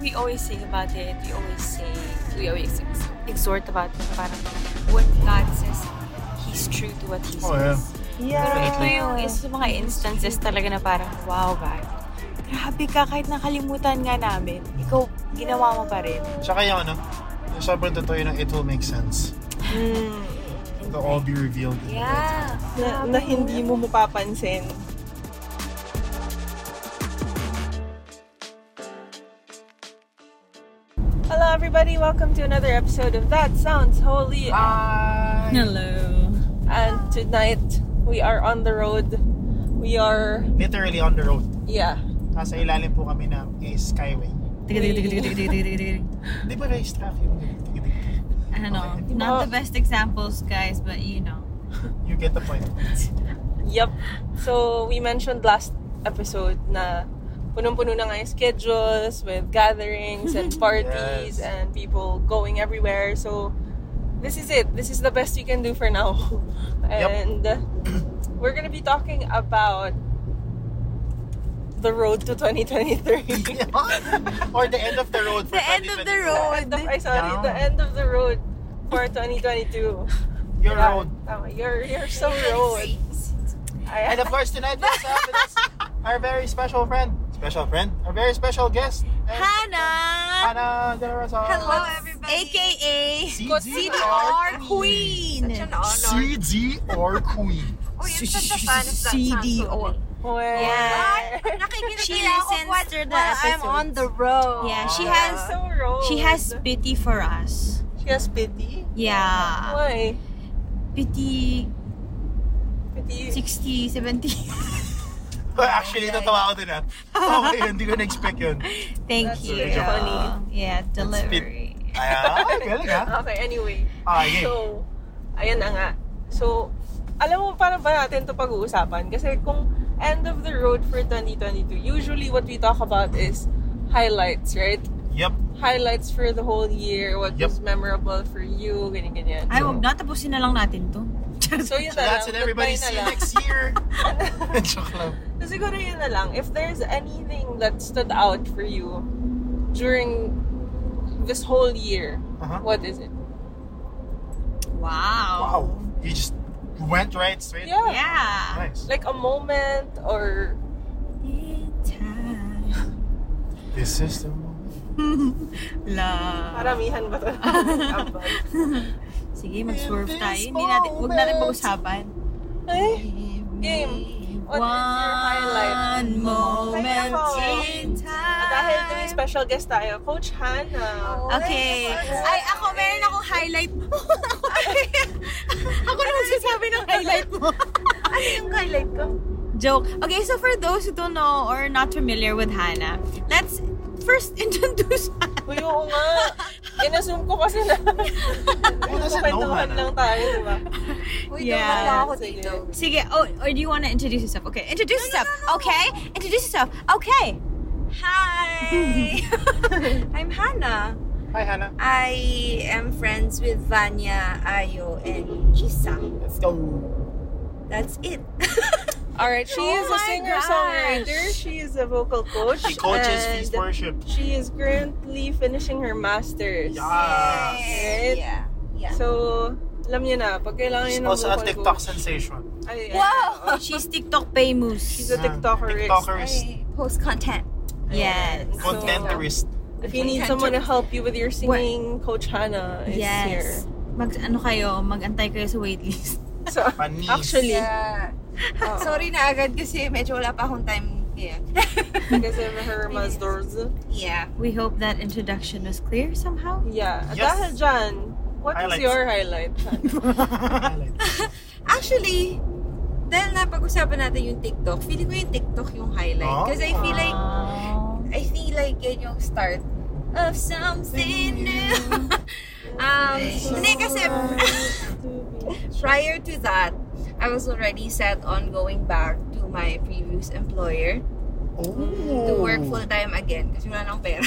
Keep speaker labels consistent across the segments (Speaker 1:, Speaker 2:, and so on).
Speaker 1: we always say about it, we always say, we always ex- exhort about it, parang what God says, He's true to what He says.
Speaker 2: Oh, yeah.
Speaker 1: Pero
Speaker 3: Yeah.
Speaker 1: ito yung isa sa mga instances talaga na parang, wow God, grabe ka, kahit nakalimutan nga namin, ikaw, ginawa mo pa rin.
Speaker 2: Tsaka yung ano, yung sobrang totoo yun, ng it will make sense.
Speaker 4: Hmm.
Speaker 3: Mm,
Speaker 2: It'll all be revealed. in the right time.
Speaker 1: Yeah.
Speaker 3: na, na hindi mo mapapansin. Hello everybody, welcome to another episode of That Sounds Holy.
Speaker 2: Bye!
Speaker 1: Hello.
Speaker 3: And tonight we are on the road. We are
Speaker 2: Literally on the road.
Speaker 3: yeah.
Speaker 2: Nasa ilalim po kami ng eh, Skyway.
Speaker 4: Tiga, tiga, tiga, tiga, tiga, tiga, tiga.
Speaker 2: Di ba race traffic? Tig-tig-tig.
Speaker 4: I don't know.
Speaker 2: Okay.
Speaker 4: Ano, Not the best examples, guys, but you know.
Speaker 2: You get the point.
Speaker 3: Yep. So we mentioned last episode na punong-puno na nga yung schedules with gatherings and parties
Speaker 2: Yes.
Speaker 3: and people going everywhere. So this is it. This is the best we can do for now. And we're gonna be talking about the road to 2023.
Speaker 2: or the end of the road for
Speaker 4: The end of the
Speaker 2: 2022.
Speaker 4: road.
Speaker 3: end of, I sorry, the
Speaker 2: Yeah.
Speaker 3: end of the road for 2022.
Speaker 2: Your
Speaker 3: Yeah,
Speaker 2: road.
Speaker 3: tama. You're, you're so road. I,
Speaker 2: And of course, tonight we have with us our very special friend. Special friend? Our very special guest.
Speaker 4: Hannah!
Speaker 2: Ana De La Rosa.
Speaker 5: Hello, everybody.
Speaker 4: AKA
Speaker 2: CDR
Speaker 4: Queen!
Speaker 5: Such an honor.
Speaker 2: CDR Queen.
Speaker 5: Oh, you're such a fan of that CDO.
Speaker 3: Well,
Speaker 4: Yeah.
Speaker 5: Nakikinig
Speaker 4: She
Speaker 5: talaga ako
Speaker 4: listens
Speaker 5: while-
Speaker 4: to the
Speaker 5: while I'm
Speaker 4: episodes.
Speaker 5: on the road.
Speaker 4: Yeah, she
Speaker 2: Yeah.
Speaker 4: has
Speaker 3: so road.
Speaker 4: she has pity for us.
Speaker 3: she has pity.
Speaker 4: Yeah.
Speaker 3: Why?
Speaker 4: Pity
Speaker 3: Pity.
Speaker 4: 60, 70.
Speaker 2: Well, actually, natawa ko din ah. Okay, yun, hindi ko na-expect yun.
Speaker 4: Thank
Speaker 3: That's
Speaker 4: you.
Speaker 2: really
Speaker 3: funny.
Speaker 4: Yeah, delivery.
Speaker 2: Ay, ah, galing ah.
Speaker 3: Okay, anyway.
Speaker 2: Ah, yeah.
Speaker 3: So, ayan na nga. So, alam mo, parang ba natin to pag-uusapan? Kasi kung end of the road for 2022, usually what we talk about is highlights, right?
Speaker 2: Yep.
Speaker 3: Highlights for the whole year, what
Speaker 2: Yep.
Speaker 3: was memorable for you, ganyan-ganyan.
Speaker 4: Ay, wag na. Tapusin na lang natin to.
Speaker 3: So, yun
Speaker 2: So
Speaker 3: na
Speaker 2: that's
Speaker 3: lang.
Speaker 2: it, everybody.
Speaker 3: Goodbye na
Speaker 2: See you
Speaker 3: lang.
Speaker 2: next year. Joke lang.
Speaker 3: So siguro yun na lang. If there's anything that stood out for you during this whole year,
Speaker 2: Uh-huh.
Speaker 3: what is it?
Speaker 4: Wow.
Speaker 2: Wow. You just went right straight.
Speaker 3: Yeah.
Speaker 4: Yeah.
Speaker 2: Nice.
Speaker 3: Like a moment or
Speaker 2: This is the moment.
Speaker 4: La.
Speaker 3: paramihan ba ito?
Speaker 4: Sige, mag-swerve
Speaker 2: In
Speaker 4: tayo.
Speaker 2: this
Speaker 4: Hindi natin, huwag natin
Speaker 2: moment.
Speaker 4: pag-usapan.
Speaker 3: Eh, Game. What is your highlight?
Speaker 4: One moment in time.
Speaker 3: Dahil may special guest tayo, Coach
Speaker 2: Oh.
Speaker 3: Hannah.
Speaker 4: Okay. Ay, ako, meron akong highlight. ako na magsasabi ng highlight mo.
Speaker 5: Yung highlight ko.
Speaker 4: Joke. Okay, so for those who don't know or not familiar with Hannah, let's first introduce Hannah.
Speaker 3: Uy, oo nga. Inassume ko kasi na
Speaker 2: Who doesn't know,
Speaker 3: kwentuhan lang
Speaker 2: Hannah?
Speaker 3: tayo, di ba?
Speaker 5: Uy,
Speaker 4: Yeah.
Speaker 5: yeah. na ako dito.
Speaker 4: Sige, oh, or do you want to introduce yourself? Okay, introduce yourself. Okay, introduce yourself. Okay.
Speaker 5: Hi! I'm Hannah.
Speaker 2: Hi, Hannah.
Speaker 5: I am friends with Vanya, Ayo, and Isa.
Speaker 2: Let's go.
Speaker 5: That's it.
Speaker 3: Alright, she
Speaker 4: Oh
Speaker 3: is a
Speaker 4: my
Speaker 3: singer-songwriter. She is a vocal coach.
Speaker 2: She coaches Feast
Speaker 3: and
Speaker 2: Worship.
Speaker 3: She is currently finishing her master's.
Speaker 2: Yeah.
Speaker 3: Right?
Speaker 5: Yeah. Yeah.
Speaker 3: So, alam niyo na, pag kailangan niyo
Speaker 2: She's
Speaker 3: ng
Speaker 2: also a
Speaker 3: vocal
Speaker 2: TikTok
Speaker 3: coach-
Speaker 2: sensation.
Speaker 3: Ay, yeah.
Speaker 4: Wow! She's TikTok famous.
Speaker 3: She's a
Speaker 2: Yeah.
Speaker 3: TikTokerist.
Speaker 2: TikTokerist.
Speaker 5: I post content.
Speaker 4: Yes.
Speaker 3: So,
Speaker 2: Contenterist.
Speaker 3: If you need someone to help you with your singing, Coach Hannah is here.
Speaker 4: Yes. Mag ano kayo, magantay kayo sa waitlist.
Speaker 3: So, oh.
Speaker 2: Panis.
Speaker 3: actually,
Speaker 5: Yeah.
Speaker 3: oo.
Speaker 5: Sorry na agad kasi medyo wala pa akong time. Yeah.
Speaker 3: because of her master's.
Speaker 5: yeah.
Speaker 4: We hope that introduction was clear somehow.
Speaker 3: Yeah.
Speaker 2: Yes.
Speaker 3: Dahil dyan, what is
Speaker 2: Highlights.
Speaker 3: your highlight? Hannah?
Speaker 5: Actually, dahil napag-usapan natin yung TikTok, feeling ko yung TikTok yung highlight.
Speaker 2: Oh.
Speaker 5: Because I feel like,
Speaker 4: Wow.
Speaker 5: I feel like yun yung start of something new. um, hindi kasi prior to that, I was already set on going back to my previous employer to
Speaker 2: oh.
Speaker 5: work full-time again kasi wala nang pera.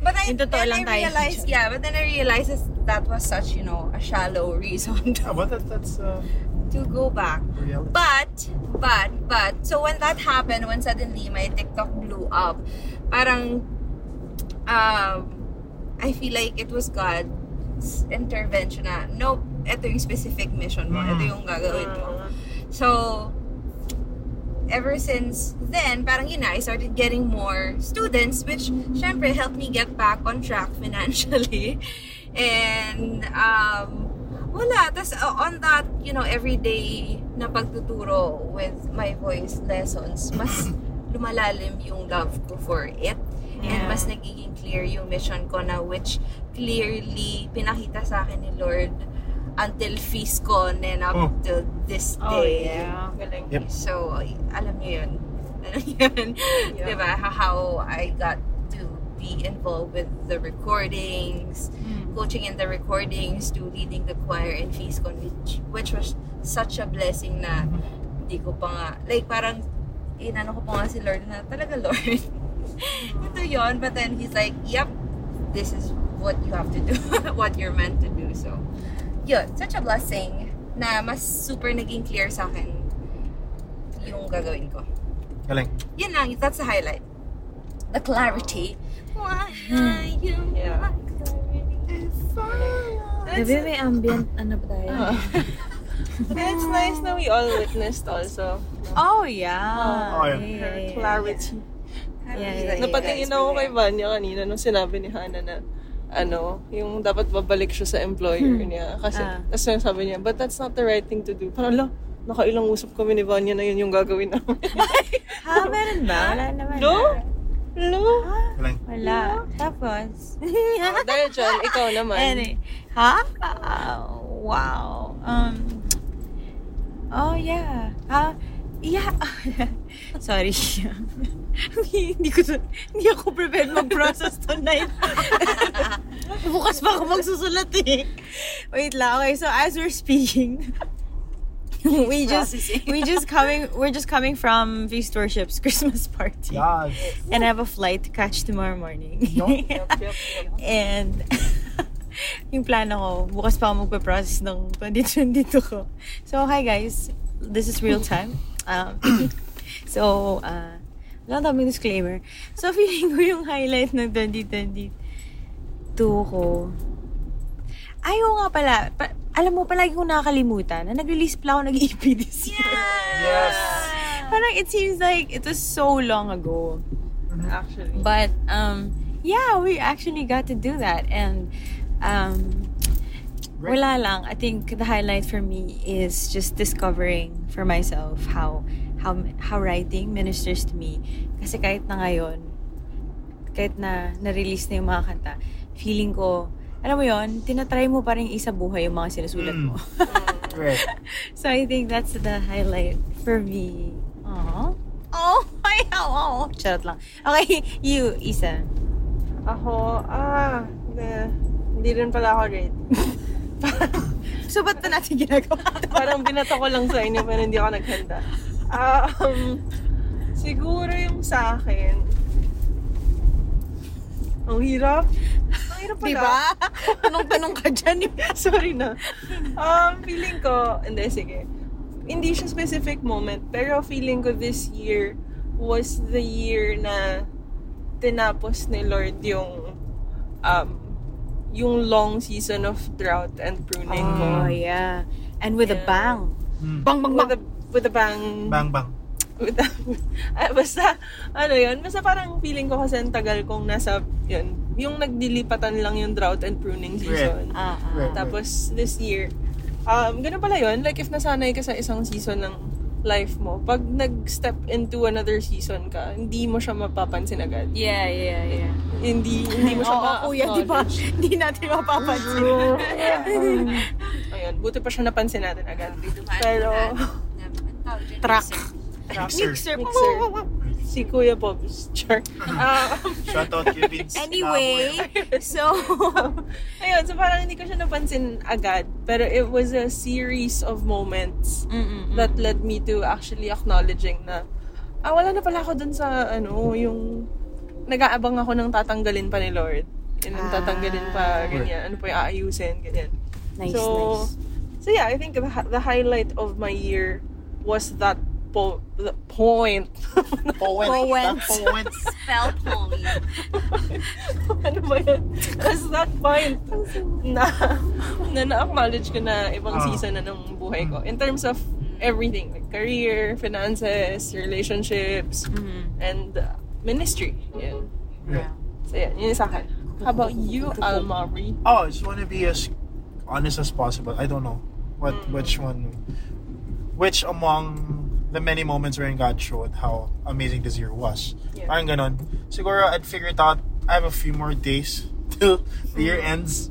Speaker 5: but I,
Speaker 4: Yung totoo
Speaker 5: then
Speaker 4: lang
Speaker 5: I
Speaker 4: tayo.
Speaker 5: realized, yeah, but then I realized that, that was such, you know, a shallow reason to
Speaker 2: Yeah, but that, that's uh,
Speaker 5: to go back.
Speaker 2: Reality.
Speaker 5: But, but, but, so when that happened, when suddenly my TikTok blew up, parang, um, I feel like it was God's intervention na, nope, ito yung specific mission mo, ito yung gagawin mo. So, ever since then, parang yun na, I started getting more students, which syempre helped me get back on track financially. And, um, wala. Tapos, uh, on that, you know, everyday na pagtuturo with my voice lessons, mas lumalalim yung love ko for it.
Speaker 4: Yeah.
Speaker 5: And mas nagiging clear yung mission ko na which clearly pinakita sa akin ni Lord until feast ko and then up
Speaker 2: Oh.
Speaker 5: to this day.
Speaker 4: Oh, yeah.
Speaker 3: Galing.
Speaker 2: Yep.
Speaker 5: So, alam niyo yun. Alam niyo yun.
Speaker 3: Yeah.
Speaker 5: Diba? How I got to be involved with the recordings, coaching in the recordings to leading the choir in Feascon, which, which was such a blessing na hindi ko pa nga, like parang inano ko pa nga si Lord na talaga Lord, ito yon But then he's like, yep, this is what you have to do, what you're meant to do. So, yun, such a blessing na mas super naging clear sa akin yung gagawin ko.
Speaker 2: Galing.
Speaker 5: Yun lang, that's the highlight. The clarity. Why you
Speaker 3: Yeah.
Speaker 5: want clarity?
Speaker 3: That's,
Speaker 4: may ambient ano ba tayo?
Speaker 3: it's nice na we all witnessed also.
Speaker 4: Oh, yeah.
Speaker 2: Oh, yeah.
Speaker 3: Her clarity.
Speaker 4: Yeah, yeah, yeah.
Speaker 3: Napatingin ako kay Vanya kanina nung sinabi ni Hana na ano, yung dapat babalik siya sa employer niya. Kasi,
Speaker 4: Ah.
Speaker 3: tapos sabi niya, but that's not the right thing to do. Parang, "Ala, nakailang usap kami ni Vanya na yun yung gagawin namin.
Speaker 4: Ha, meron ba? Wala naman. ah.
Speaker 3: no? No?
Speaker 2: Galing.
Speaker 4: Wala. Tapos? ah.
Speaker 3: Oh, Dahil dyan, ikaw naman.
Speaker 4: Any, ha? Ah, wow. Um, oh, yeah. Ha? yeah. Sorry. hindi ko to, hindi ako prepared mag-process tonight. Bukas pa ako magsusulat eh. Wait lang. Okay, so as we're speaking, we just we just coming we're just coming from Feast Worship's Christmas party.
Speaker 2: Yes.
Speaker 4: And I have a flight to catch tomorrow morning.
Speaker 3: Yup, yup, yup.
Speaker 4: And yung plano ko, bukas pa ako magpa-process ng 2022 ko. So, hi guys. This is real time. Um, so, uh, wala ang daming disclaimer. So, feeling ko yung highlight ng 2022 ko. Ay, oo nga pala. Pa- alam mo, palagi ko nakakalimutan na nag-release pala ako nag-EP this year.
Speaker 2: Yes.
Speaker 4: Parang it seems like it was so long ago.
Speaker 3: Actually.
Speaker 4: But um, yeah, we actually got to do that, and um,
Speaker 2: Great.
Speaker 4: wala lang. I think the highlight for me is just discovering for myself how how how writing ministers to me. Kasi kahit na ngayon, kahit na na-release na yung mga kanta, feeling ko, alam mo yon, tinatry mo pa rin isa buhay yung mga sinusulat
Speaker 2: Mm.
Speaker 4: mo.
Speaker 2: Great.
Speaker 4: So I think that's the highlight for me. Aww. Oh, my, oh, Charot lang. Okay, you, Isa.
Speaker 3: Ako, ah, na, hindi rin pala ako rate.
Speaker 4: So, ba't pa natin ginagawa?
Speaker 3: Parang binato ko lang sa inyo pero hindi ako naghanda. Ah, Um, siguro yung sa akin, ang hirap. Ang hirap pala.
Speaker 4: diba? Tanong-tanong ka dyan. eh.
Speaker 3: Sorry na. Um, feeling ko, hindi, sige. Hindi siya specific moment, pero feeling ko this year was the year na tinapos ni Lord yung um, yung long season of drought and pruning
Speaker 4: Oh,
Speaker 3: ko.
Speaker 4: yeah. And with a
Speaker 3: Yeah.
Speaker 4: bang.
Speaker 2: Mm.
Speaker 4: Bang, bang,
Speaker 3: With a, with a bang.
Speaker 2: Bang, bang.
Speaker 3: with ah, basta, ano yun, basta parang feeling ko kasi ang tagal kong nasa, yun, yung nagdilipatan lang yung drought and pruning season.
Speaker 4: Ah,
Speaker 2: Right.
Speaker 3: Tapos this year, um, ganun pala yun, like if nasanay ka sa isang season ng life mo, pag nag-step into another season ka, hindi mo siya mapapansin agad.
Speaker 4: Yeah, yeah, yeah.
Speaker 3: Hindi, hindi mo siya
Speaker 4: Oo, kuya, di ba?
Speaker 3: ma-acknowledge.
Speaker 4: Hindi natin mapapansin.
Speaker 3: Ayun, buti pa siya napansin natin agad. Pero,
Speaker 5: Pero,
Speaker 4: Truck.
Speaker 2: Mixer.
Speaker 4: Mixer.
Speaker 3: Mixer. si Kuya Bob's char. Um,
Speaker 2: Shout out kay Vince.
Speaker 4: Anyway, so,
Speaker 3: Ayun, so parang hindi ko siya napansin agad. Pero it was a series of moments that led me to actually acknowledging na, ah, wala na pala ako dun sa, ano, yung nag-aabang ako ng tatanggalin pa ni Lord. Yun, ang tatanggalin
Speaker 4: Ah.
Speaker 3: pa, ganyan. Ano pa yung aayusin, ganyan.
Speaker 4: nice,
Speaker 3: so,
Speaker 4: nice.
Speaker 3: So yeah, I think the, hi- the highlight of my year was that po- the point.
Speaker 2: Powen.
Speaker 4: Powen.
Speaker 2: The Powen.
Speaker 5: Spell point.
Speaker 3: ano ba yun? Was that point na, na na-acknowledge ko na ibang
Speaker 2: Ah.
Speaker 3: season na ng buhay ko. In terms of everything, like career, finances, relationships, and uh, ministry. Yun.
Speaker 2: Yeah.
Speaker 3: So yeah, yun yung sa akin. How about you, Almari?
Speaker 2: Oh, I just want to be as honest as possible. I don't know what
Speaker 4: Mm.
Speaker 2: which one, which among the many moments wherein God showed how amazing this year was.
Speaker 3: Yeah.
Speaker 2: Parang ganon. Siguro I'd figure it out. I have a few more days till the year
Speaker 4: Mm.
Speaker 2: ends,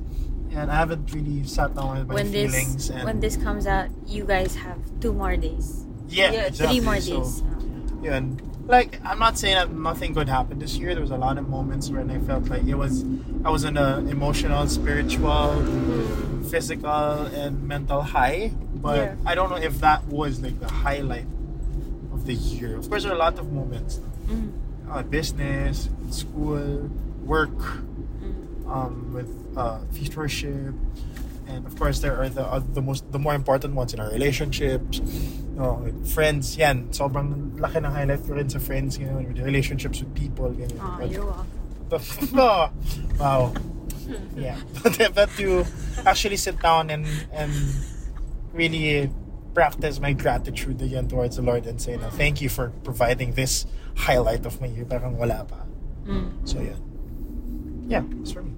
Speaker 2: and I haven't really sat down with my
Speaker 4: when this
Speaker 2: feelings. and
Speaker 4: when this comes out, you guys have two more days,
Speaker 2: yeah,
Speaker 3: Yeah,
Speaker 4: three
Speaker 2: exactly.
Speaker 4: more
Speaker 2: So,
Speaker 4: days.
Speaker 2: yun. Like, I'm not saying that nothing good happened this year. There was a lot of moments when I felt like it was, I was in a emotional, spiritual, physical, and mental high. But
Speaker 3: Yeah.
Speaker 2: I don't know if that was like the highlight of the year. Of course, there are a lot of moments.
Speaker 4: Mm.
Speaker 2: Uh, business, school, work, um, with uh, feast worship, and of course there are the uh, the most the more important ones in our relationships no, with friends yan sobrang laki ng highlight ko rin sa friends you know with relationships with people ganyan
Speaker 4: Oh,
Speaker 2: But-
Speaker 4: you're welcome.
Speaker 2: no. wow yeah but, but to actually sit down and and really practice my gratitude again towards the Lord and say na thank you for providing this highlight of my year parang wala pa
Speaker 4: Mm.
Speaker 2: so yeah yeah that's for me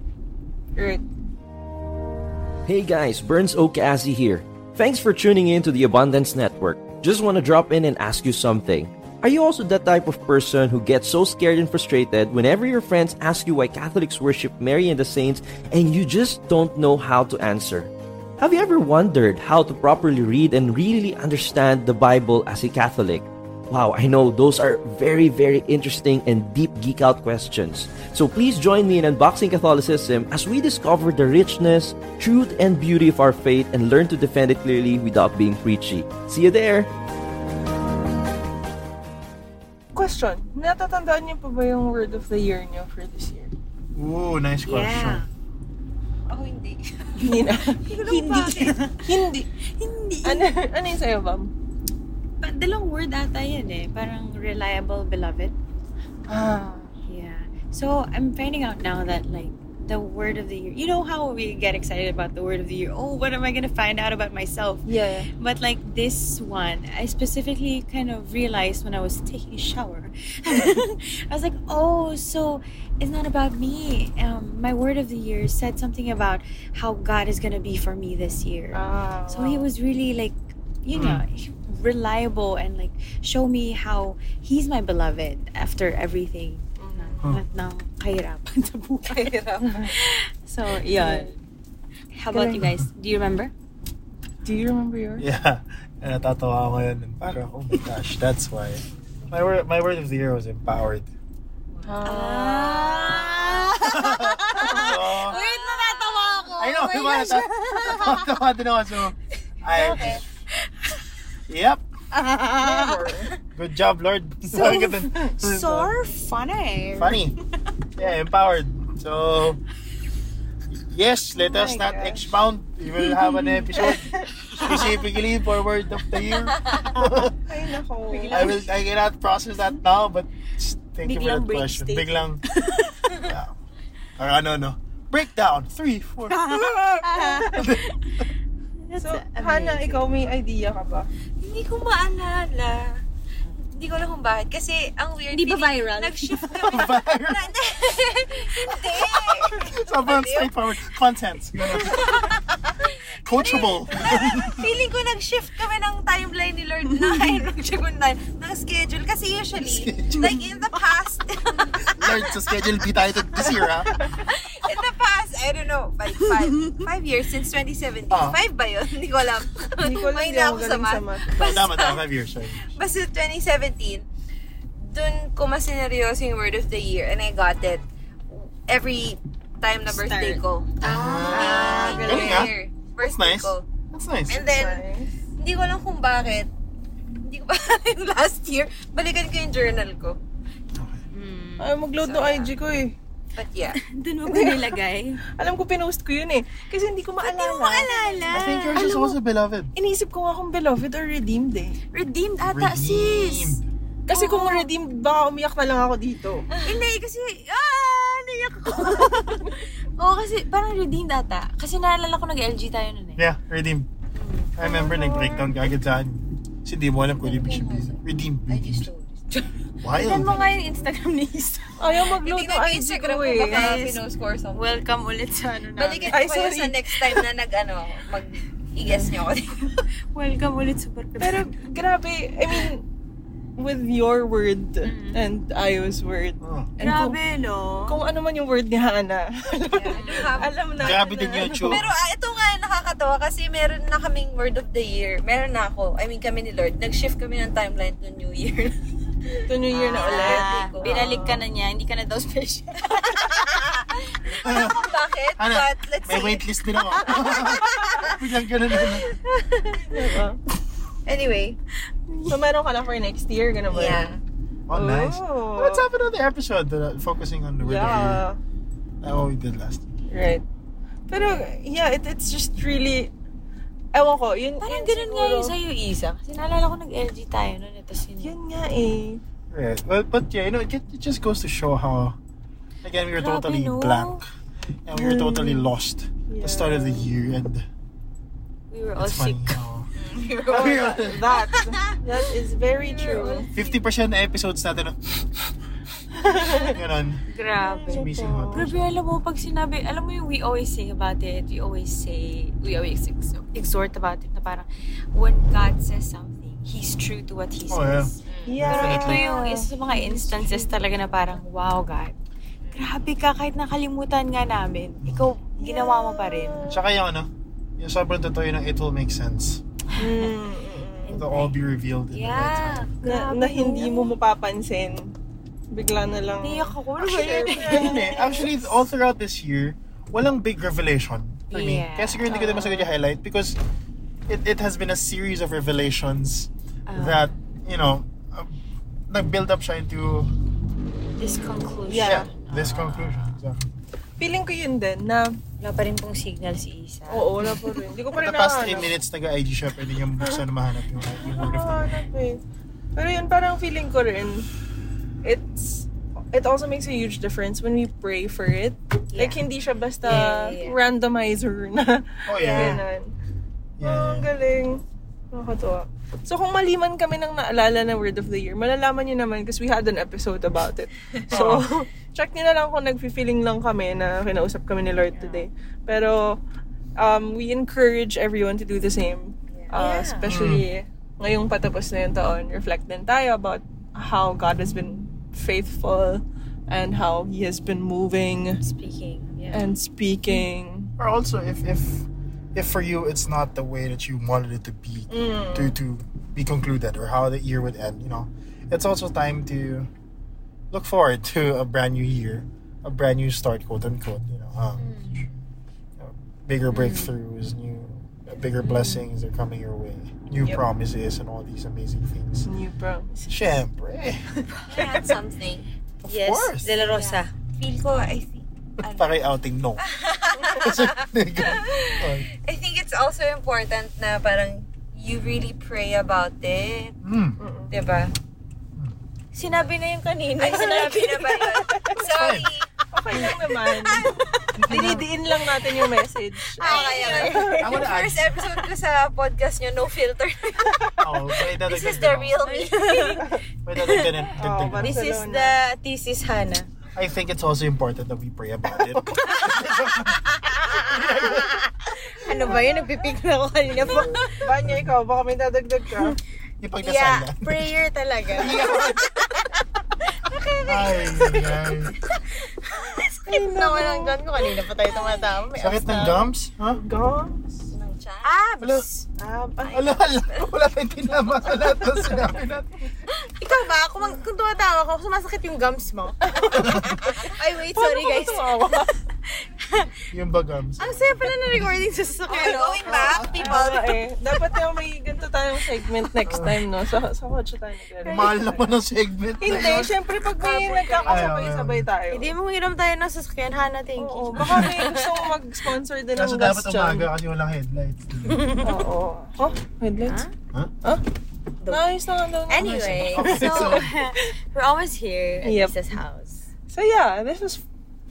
Speaker 3: Right.
Speaker 6: Hey guys, Burns Okasi here. Thanks for tuning in to the Abundance Network. Just want to drop in and ask you something. Are you also that type of person who gets so scared and frustrated whenever your friends ask you why Catholics worship Mary and the saints and you just don't know how to answer? Have you ever wondered how to properly read and really understand the Bible as a Catholic? Wow, I know those are very, very interesting and deep geek out questions. So please join me in Unboxing Catholicism as we discover the richness, truth, and beauty of our faith and learn to defend it clearly without being preachy. See you there!
Speaker 3: Question, natatandaan niyo pa ba yung word of the year niyo for this year?
Speaker 2: ooh nice question
Speaker 5: Ako Oh, hindi.
Speaker 3: Hindi na.
Speaker 4: Hindi.
Speaker 3: Hindi.
Speaker 4: Hindi.
Speaker 3: Ano, ano yung sa'yo, Bam?
Speaker 4: Pa- Dalawang word ata yan eh. Parang reliable beloved.
Speaker 3: Ah.
Speaker 4: Yeah. So I'm finding out now that like the word of the year. You know how we get excited about the word of the year. Oh, what am I gonna find out about myself?
Speaker 3: Yeah.
Speaker 4: But like this one, I specifically kind of realized when I was taking a shower. I was like, oh, so it's not about me. Um, my word of the year said something about how God is gonna be for me this year.
Speaker 3: Ah.
Speaker 4: So he was really like, you know, he- reliable and like show me how he's my beloved after everything.
Speaker 3: Oh.
Speaker 2: Huh.
Speaker 4: Lahat ng kahirapan sa buhay.
Speaker 3: Hirap.
Speaker 4: So, yeah. How about you guys? Do you remember?
Speaker 3: Do you remember yours?
Speaker 2: Yeah. And natatawa ako yun. And parang, oh my gosh, that's why. My word, my word of the year was empowered.
Speaker 4: Ah.
Speaker 2: So,
Speaker 4: Wait, natatawa ako.
Speaker 2: I know, diba? Natatawa din ako. So, I just, yep. Good job, Lord. So,
Speaker 4: funny.
Speaker 2: funny. Yeah, empowered. So, yes, let us not expound. We will have an episode specifically for word of the year.
Speaker 3: Ay, nako.
Speaker 2: I will. I cannot process that now, but s- thank you for
Speaker 4: Biglang
Speaker 2: that
Speaker 4: break
Speaker 2: question.
Speaker 4: state.
Speaker 2: Biglang. yeah. Or ano no. Breakdown. Three, four.
Speaker 4: That's
Speaker 3: So, Hana,
Speaker 4: amazing.
Speaker 3: ikaw may idea ka ba?
Speaker 5: Hindi ko maalala. Hindi ko alam kung bakit. Kasi ang weird
Speaker 4: Hindi ba
Speaker 5: feeling,
Speaker 4: viral?
Speaker 5: Nag-shift kami.
Speaker 2: Virus.
Speaker 5: Hindi.
Speaker 2: Sobrang straightforward. Content. Ganun. Coachable.
Speaker 5: feeling ko nag-shift kami ng timeline ni Lord na ay nag-timeline ng schedule. Kasi usually, like in the past,
Speaker 2: Lord, sa schedule B tayo to- this year, ha?
Speaker 5: in the past, I don't know, like five, five years since 2017.
Speaker 2: Ah.
Speaker 5: Five ba yun? Hindi ko alam.
Speaker 3: Hindi ko alam,
Speaker 5: May
Speaker 3: hindi
Speaker 5: na
Speaker 3: ako
Speaker 5: ako sa
Speaker 3: galing sa
Speaker 5: math.
Speaker 3: math.
Speaker 2: Oh,
Speaker 5: Basta-
Speaker 2: tama, tama. Five years, sorry.
Speaker 5: Basta 2017, dun ko mas sineryoso yung word of the year and I got it every time na birthday
Speaker 4: Start.
Speaker 5: ko.
Speaker 2: Ah,
Speaker 5: Every
Speaker 2: galing, ah.
Speaker 5: year,
Speaker 2: That's
Speaker 5: Birthday
Speaker 2: nice.
Speaker 5: ko.
Speaker 2: That's nice.
Speaker 5: And then, hindi ko alam kung bakit. Hindi ko ba yung last year, balikan ko yung journal ko.
Speaker 3: Ay, mag-load ng
Speaker 5: So, yeah.
Speaker 3: IG ko eh.
Speaker 5: But yeah.
Speaker 4: Doon mo ba nilagay?
Speaker 3: Alam ko pinost ko yun eh. Kasi hindi ko
Speaker 4: Hindi mo
Speaker 3: maalala.
Speaker 4: maalala.
Speaker 2: I think yours is
Speaker 3: Alam mo-
Speaker 2: also beloved.
Speaker 3: Iniisip ko nga kung beloved or redeemed eh.
Speaker 4: Redeemed ata, sis.
Speaker 2: Redeemed.
Speaker 3: Kasi kung redeemed, baka umiyak na lang ako dito.
Speaker 4: Hindi, kasi, ah, naiyak ko. Oo, kasi parang redeemed ata. Kasi naalala ko nag-LG tayo nun eh.
Speaker 2: Yeah, redeemed. I remember nag-breakdown ka agad sa akin. Kasi di mo alam kung redeemed siya. Redeemed.
Speaker 5: I just
Speaker 2: redeemed.
Speaker 5: told you.
Speaker 4: Tignan mo
Speaker 2: Wild.
Speaker 4: nga yung Instagram ni Isa.
Speaker 3: Ayaw
Speaker 5: Hindi
Speaker 3: mag-load ng
Speaker 5: na
Speaker 3: IG
Speaker 5: Instagram
Speaker 3: ko
Speaker 5: ko
Speaker 3: eh.
Speaker 5: baka
Speaker 4: Guys,
Speaker 5: pinost ko or something.
Speaker 4: Welcome ulit sa ano
Speaker 5: Balikan
Speaker 3: Ay,
Speaker 5: ko kayo
Speaker 3: sorry.
Speaker 5: sa next time na nag ano, mag i-guess niyo ako.
Speaker 4: Welcome ulit sa Barkada.
Speaker 3: Pero grabe, I mean, with your word and Ayo's word.
Speaker 2: Oh.
Speaker 3: And
Speaker 4: Grabe,
Speaker 3: Kung,
Speaker 4: no?
Speaker 3: kung ano man yung word ni Hana.
Speaker 5: Yeah.
Speaker 3: alam na.
Speaker 2: Grabe din yun, Chu.
Speaker 5: Pero ah, ito nga nakakatawa kasi meron na kaming word of the year. Meron na ako. I mean kami ni Lord. Nag-shift kami ng timeline to New Year.
Speaker 3: To New Year na ulit.
Speaker 4: Ah, binalik ka na niya, hindi ka na daw special.
Speaker 2: Ah,
Speaker 5: Bakit?
Speaker 2: Ano?
Speaker 5: But let's
Speaker 2: May
Speaker 5: see.
Speaker 2: waitlist din ako. Biglang ganun na.
Speaker 3: Diba?
Speaker 5: Anyway.
Speaker 3: So meron ka na for next year, ganun ba?
Speaker 5: Yeah.
Speaker 2: Oh, nice.
Speaker 3: Oh.
Speaker 2: What's happened on the episode? The- focusing on the word of
Speaker 3: Yeah.
Speaker 2: the year. Oh, we did last.
Speaker 3: Right. Pero, yeah, it, it's just really, ewan ko, yun,
Speaker 4: parang
Speaker 3: yun
Speaker 4: ganun nga
Speaker 3: siguro.
Speaker 4: yung sa'yo, Isa. Kasi naalala ko nag-LG tayo nun. Ito yun.
Speaker 3: Yun nga eh.
Speaker 2: Right. Well, but yeah, you know, it, ju- it just goes to show how, again, we were
Speaker 4: Grabe,
Speaker 2: totally
Speaker 4: no?
Speaker 2: blank and we were totally lost at the start of the year, and
Speaker 4: We were all
Speaker 2: it's funny.
Speaker 4: sick.
Speaker 2: how-
Speaker 3: That, that is very true.
Speaker 2: 50% na episodes natin. no? Ganon.
Speaker 4: Grabe.
Speaker 2: Amazing hot.
Speaker 4: Grabe, alam mo, pag sinabi, alam mo yung we always say about it, we always say, we always ex- exhort about it na parang, when God says something, He's true to what He
Speaker 2: Oh, yeah.
Speaker 4: says.
Speaker 3: Yeah.
Speaker 4: Pero ito yung isa sa mga instances talaga na parang, wow, God. Grabe ka, kahit nakalimutan nga namin, ikaw, ginawa mo pa rin.
Speaker 2: Tsaka yung ano, yung sobrang totoo yun, ang it will make sense.
Speaker 3: Mm,
Speaker 2: It'll all be revealed in the right time.
Speaker 4: Yeah.
Speaker 3: na, na hindi mo mapapansin. Bigla na lang.
Speaker 4: Naiyak ako. Ano ba yun?
Speaker 3: Actually,
Speaker 2: Ayun eh, Actually, all throughout this year, walang big revelation for me.
Speaker 4: Yeah.
Speaker 2: Kaya siguro hindi ko din masagot yung highlight because it, it has been a series of revelations
Speaker 4: Ah. Um,
Speaker 2: that, you know, uh, nag-build up siya into
Speaker 4: This conclusion.
Speaker 3: Yeah.
Speaker 2: this conclusion. So,
Speaker 3: Feeling ko yun din na,
Speaker 4: Wala pa rin pong signal si Isa.
Speaker 3: oo, wala pa rin. Hindi ko pa
Speaker 2: for the
Speaker 3: rin
Speaker 2: past 3
Speaker 3: nahanap.
Speaker 2: minutes, nag-IG siya, pwede niyang buksan na mahanap yung, yung word of the year.
Speaker 3: Nahanap eh. Ah, Pero yun, parang feeling ko rin, it's, it also makes a huge difference when we pray for it.
Speaker 4: Yeah.
Speaker 3: Like, hindi siya basta
Speaker 4: Yeah, yeah, yeah.
Speaker 3: randomizer na.
Speaker 2: Oh, yeah.
Speaker 3: Ganun. Oh, ang
Speaker 2: Yeah.
Speaker 3: galing. Nakakatuwa. So kung maliman kami ng naalala na Word of the Year, malalaman nyo naman because we had an episode about it. So,
Speaker 4: Oh.
Speaker 3: check nyo na lang kung nag-feeling lang kami na kinausap kami ni Lord today. Pero, um, we encourage everyone to do the same. Uh, Especially, ngayong patapos na yung taon, reflect din tayo about how God has been faithful and how He has been moving
Speaker 4: Speaking. Yeah.
Speaker 3: and speaking.
Speaker 2: Or also, if, if, if for you, it's not the way that you wanted it to be,
Speaker 5: Mm.
Speaker 2: to, to be concluded or how the year would end, you know, it's also time to look forward to a brand new year, a brand new start, quote unquote, you know, um, you
Speaker 5: Mm.
Speaker 2: know, bigger breakthroughs, new, bigger
Speaker 5: Mm.
Speaker 2: blessings are coming your way, new
Speaker 3: Yep.
Speaker 2: promises and all these amazing things.
Speaker 3: New promise.
Speaker 2: Siyempre.
Speaker 5: Can I add something?
Speaker 2: Of
Speaker 4: yes.
Speaker 2: course.
Speaker 4: De La Rosa.
Speaker 5: Feel ko, I Ano? think. ano,
Speaker 2: Paki-outing, no. There you go. Oh.
Speaker 5: I think it's also important na parang you really pray about it.
Speaker 2: Mm.
Speaker 5: Diba?
Speaker 4: Sinabi na yung kanina.
Speaker 5: Ay, sinabi na ba yun? Sorry.
Speaker 3: Okay lang naman. Dinidiin lang natin yung message.
Speaker 5: Okay, okay.
Speaker 2: I wanna add-
Speaker 5: First episode ko sa podcast nyo, no filter.
Speaker 2: Oh, may dadagdag
Speaker 5: this is
Speaker 2: din
Speaker 5: the
Speaker 2: ako.
Speaker 5: real me.
Speaker 2: May dadagdag din- dagdag din.
Speaker 4: This is the thesis, Hannah.
Speaker 2: I think it's also important that we pray about it.
Speaker 4: Ano ba yun? Nagpipig na ako kanina po.
Speaker 3: Banya, ikaw, baka may dadagdag ka.
Speaker 2: Yung pagdasal
Speaker 4: yeah,
Speaker 2: na.
Speaker 4: prayer talaga.
Speaker 2: Ay, ay.
Speaker 4: Sakit na walang gan ko. Kanina pa tayo tumatama. May
Speaker 2: Sakit ng gums? Huh?
Speaker 3: Gongs.
Speaker 2: Wala.
Speaker 4: abs.
Speaker 3: Ah, ba-
Speaker 2: Wala, wala. Wala tayong tinama sa lahat ng sinabi natin.
Speaker 4: Ikaw ba? Kung, mag- kung tumatawa ka, sumasakit yung gums mo. Ay, wait.
Speaker 3: Paano
Speaker 4: Sorry,
Speaker 3: ka
Speaker 4: guys.
Speaker 3: tumawa?
Speaker 2: yung bagams.
Speaker 4: Ang saya pala na recording sa sasakyan.
Speaker 5: Going back, people.
Speaker 3: Oo eh. Dapat yung may ganito tayong segment next time, no? Sa, sa kotse tayo nagre-record.
Speaker 2: Mahal na pa ng segment na
Speaker 3: Hindi,
Speaker 2: yun.
Speaker 3: syempre pag may nagkakasabay-sabay tayo.
Speaker 4: Hindi mo hiram tayo ng sasakyan, Hana, thank you.
Speaker 3: Oo, baka may gusto mong mag-sponsor din ng
Speaker 2: Kaso dapat
Speaker 3: gas dyan.
Speaker 2: umaga kasi walang headlights.
Speaker 3: Oo. Oh, headlights.
Speaker 2: Huh?
Speaker 3: Huh? Nice na daw. na-
Speaker 4: Anyway,
Speaker 2: Okay,
Speaker 4: so,
Speaker 2: so-
Speaker 4: we're almost here at
Speaker 3: Yep.
Speaker 4: Lisa's house.
Speaker 3: So yeah, this was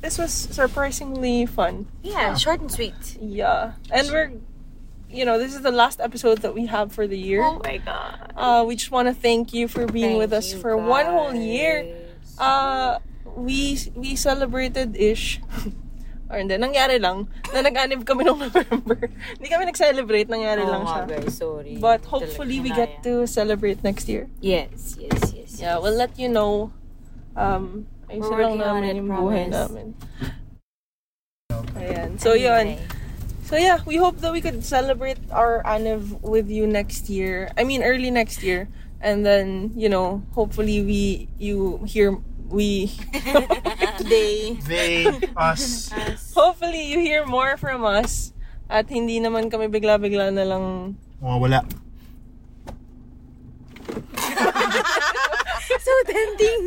Speaker 3: this was surprisingly fun.
Speaker 4: Yeah, short and sweet.
Speaker 3: Yeah. And we're you know, this is the last episode that we have for the year.
Speaker 4: Oh my god.
Speaker 3: Uh, we just want to thank you for being
Speaker 4: Thank
Speaker 3: with us
Speaker 4: you,
Speaker 3: for one whole
Speaker 4: guys.
Speaker 3: year. Uh, we we celebrated ish. Or hindi, nangyari lang na nag-anib kami noong November. hindi kami nag-celebrate, nangyari
Speaker 4: Oo
Speaker 3: lang
Speaker 4: nga,
Speaker 3: siya.
Speaker 4: guys, Oh sorry.
Speaker 3: But hopefully we
Speaker 4: Talagang
Speaker 3: get to celebrate next year.
Speaker 4: hinaya. Yes, yes, yes.
Speaker 3: Yeah, we'll let you know. Um, ayusin
Speaker 4: We're
Speaker 3: lang
Speaker 4: working on
Speaker 3: namin
Speaker 4: it,
Speaker 3: yung buhay
Speaker 4: promise.
Speaker 3: namin. Ayan. So, yun. So, yeah, we hope that we could celebrate our Aniv with you next year. I mean, early next year. And then, you know, hopefully we, you hear, we,
Speaker 4: Day.
Speaker 2: They, us,
Speaker 3: hopefully you hear more from us. At hindi naman kami bigla-bigla na lang.
Speaker 2: mga wala.
Speaker 4: so tempting.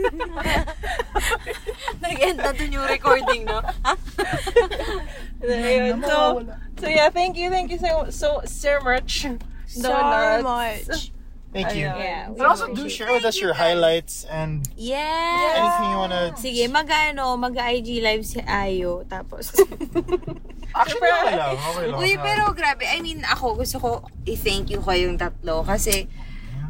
Speaker 4: Nag-end na dun yung recording, no?
Speaker 3: Ayun. So, so yeah, thank you, thank you so, so, so much.
Speaker 4: so
Speaker 3: Donuts.
Speaker 4: much.
Speaker 2: Thank you.
Speaker 4: Yeah.
Speaker 3: Ayan.
Speaker 2: And also do share with us your highlights and
Speaker 4: Yes.
Speaker 2: anything you wanna...
Speaker 4: Sige, mag-ano, mag-IG live si Ayo. Tapos,
Speaker 2: Actually, okay lang. Okay lang.
Speaker 5: Uy, pero grabe. I mean, ako gusto ko i-thank you kayong tatlo kasi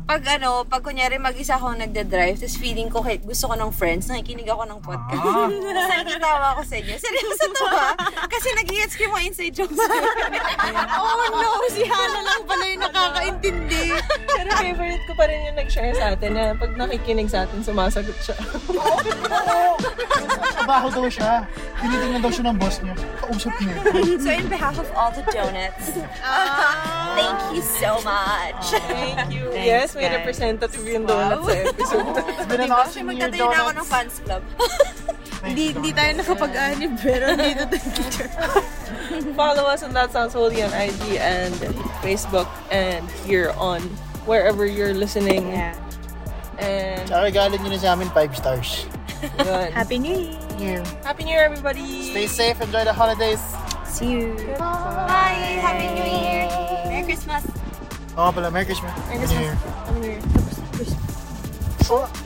Speaker 5: pag ano, pag kunyari mag-isa akong nagda-drive, tapos feeling ko kahit gusto ko ng friends, nakikinig ako ng podcast.
Speaker 2: Ah.
Speaker 5: Tapos nakikitawa ko sa inyo. Seryoso to ha? Kasi nag-gets ko yung mga inside jokes ko.
Speaker 4: oh no, si Hannah lang pala yung nakakaintindi.
Speaker 3: Pero favorite ko pa rin yung nag-share sa atin na pag nakikinig sa atin, sumasagot siya.
Speaker 2: Trabaho daw siya. Tinitingnan daw siya ng boss niya. Kausap niya.
Speaker 5: so in behalf of all the donuts, thank you so much.
Speaker 3: Thank you.
Speaker 4: Thanks,
Speaker 3: yes, may
Speaker 4: guys.
Speaker 3: representative yung donut
Speaker 5: Wow.
Speaker 3: sa episode.
Speaker 2: It's been an
Speaker 5: Kasi
Speaker 2: awesome year,
Speaker 5: magtatayo na ako ng
Speaker 2: donuts.
Speaker 5: fans club.
Speaker 2: Thank
Speaker 4: Hindi
Speaker 2: you,
Speaker 4: hindi
Speaker 2: donuts.
Speaker 4: tayo nakapag-anib, pero dito tayo.
Speaker 3: Follow us on That Sounds Holy on IG and Facebook and here on wherever you're listening. And
Speaker 2: Tsaka regalin nyo na sa amin 5 stars.
Speaker 3: yun. Happy,
Speaker 4: Happy New Year.
Speaker 3: New Year, everybody!
Speaker 2: Stay safe, enjoy the holidays.
Speaker 4: See you.
Speaker 5: Bye! Happy New Year! Merry Christmas!
Speaker 2: Oo nga pala, Merry Christmas. Merry Christmas.
Speaker 3: Happy New Year.
Speaker 2: So,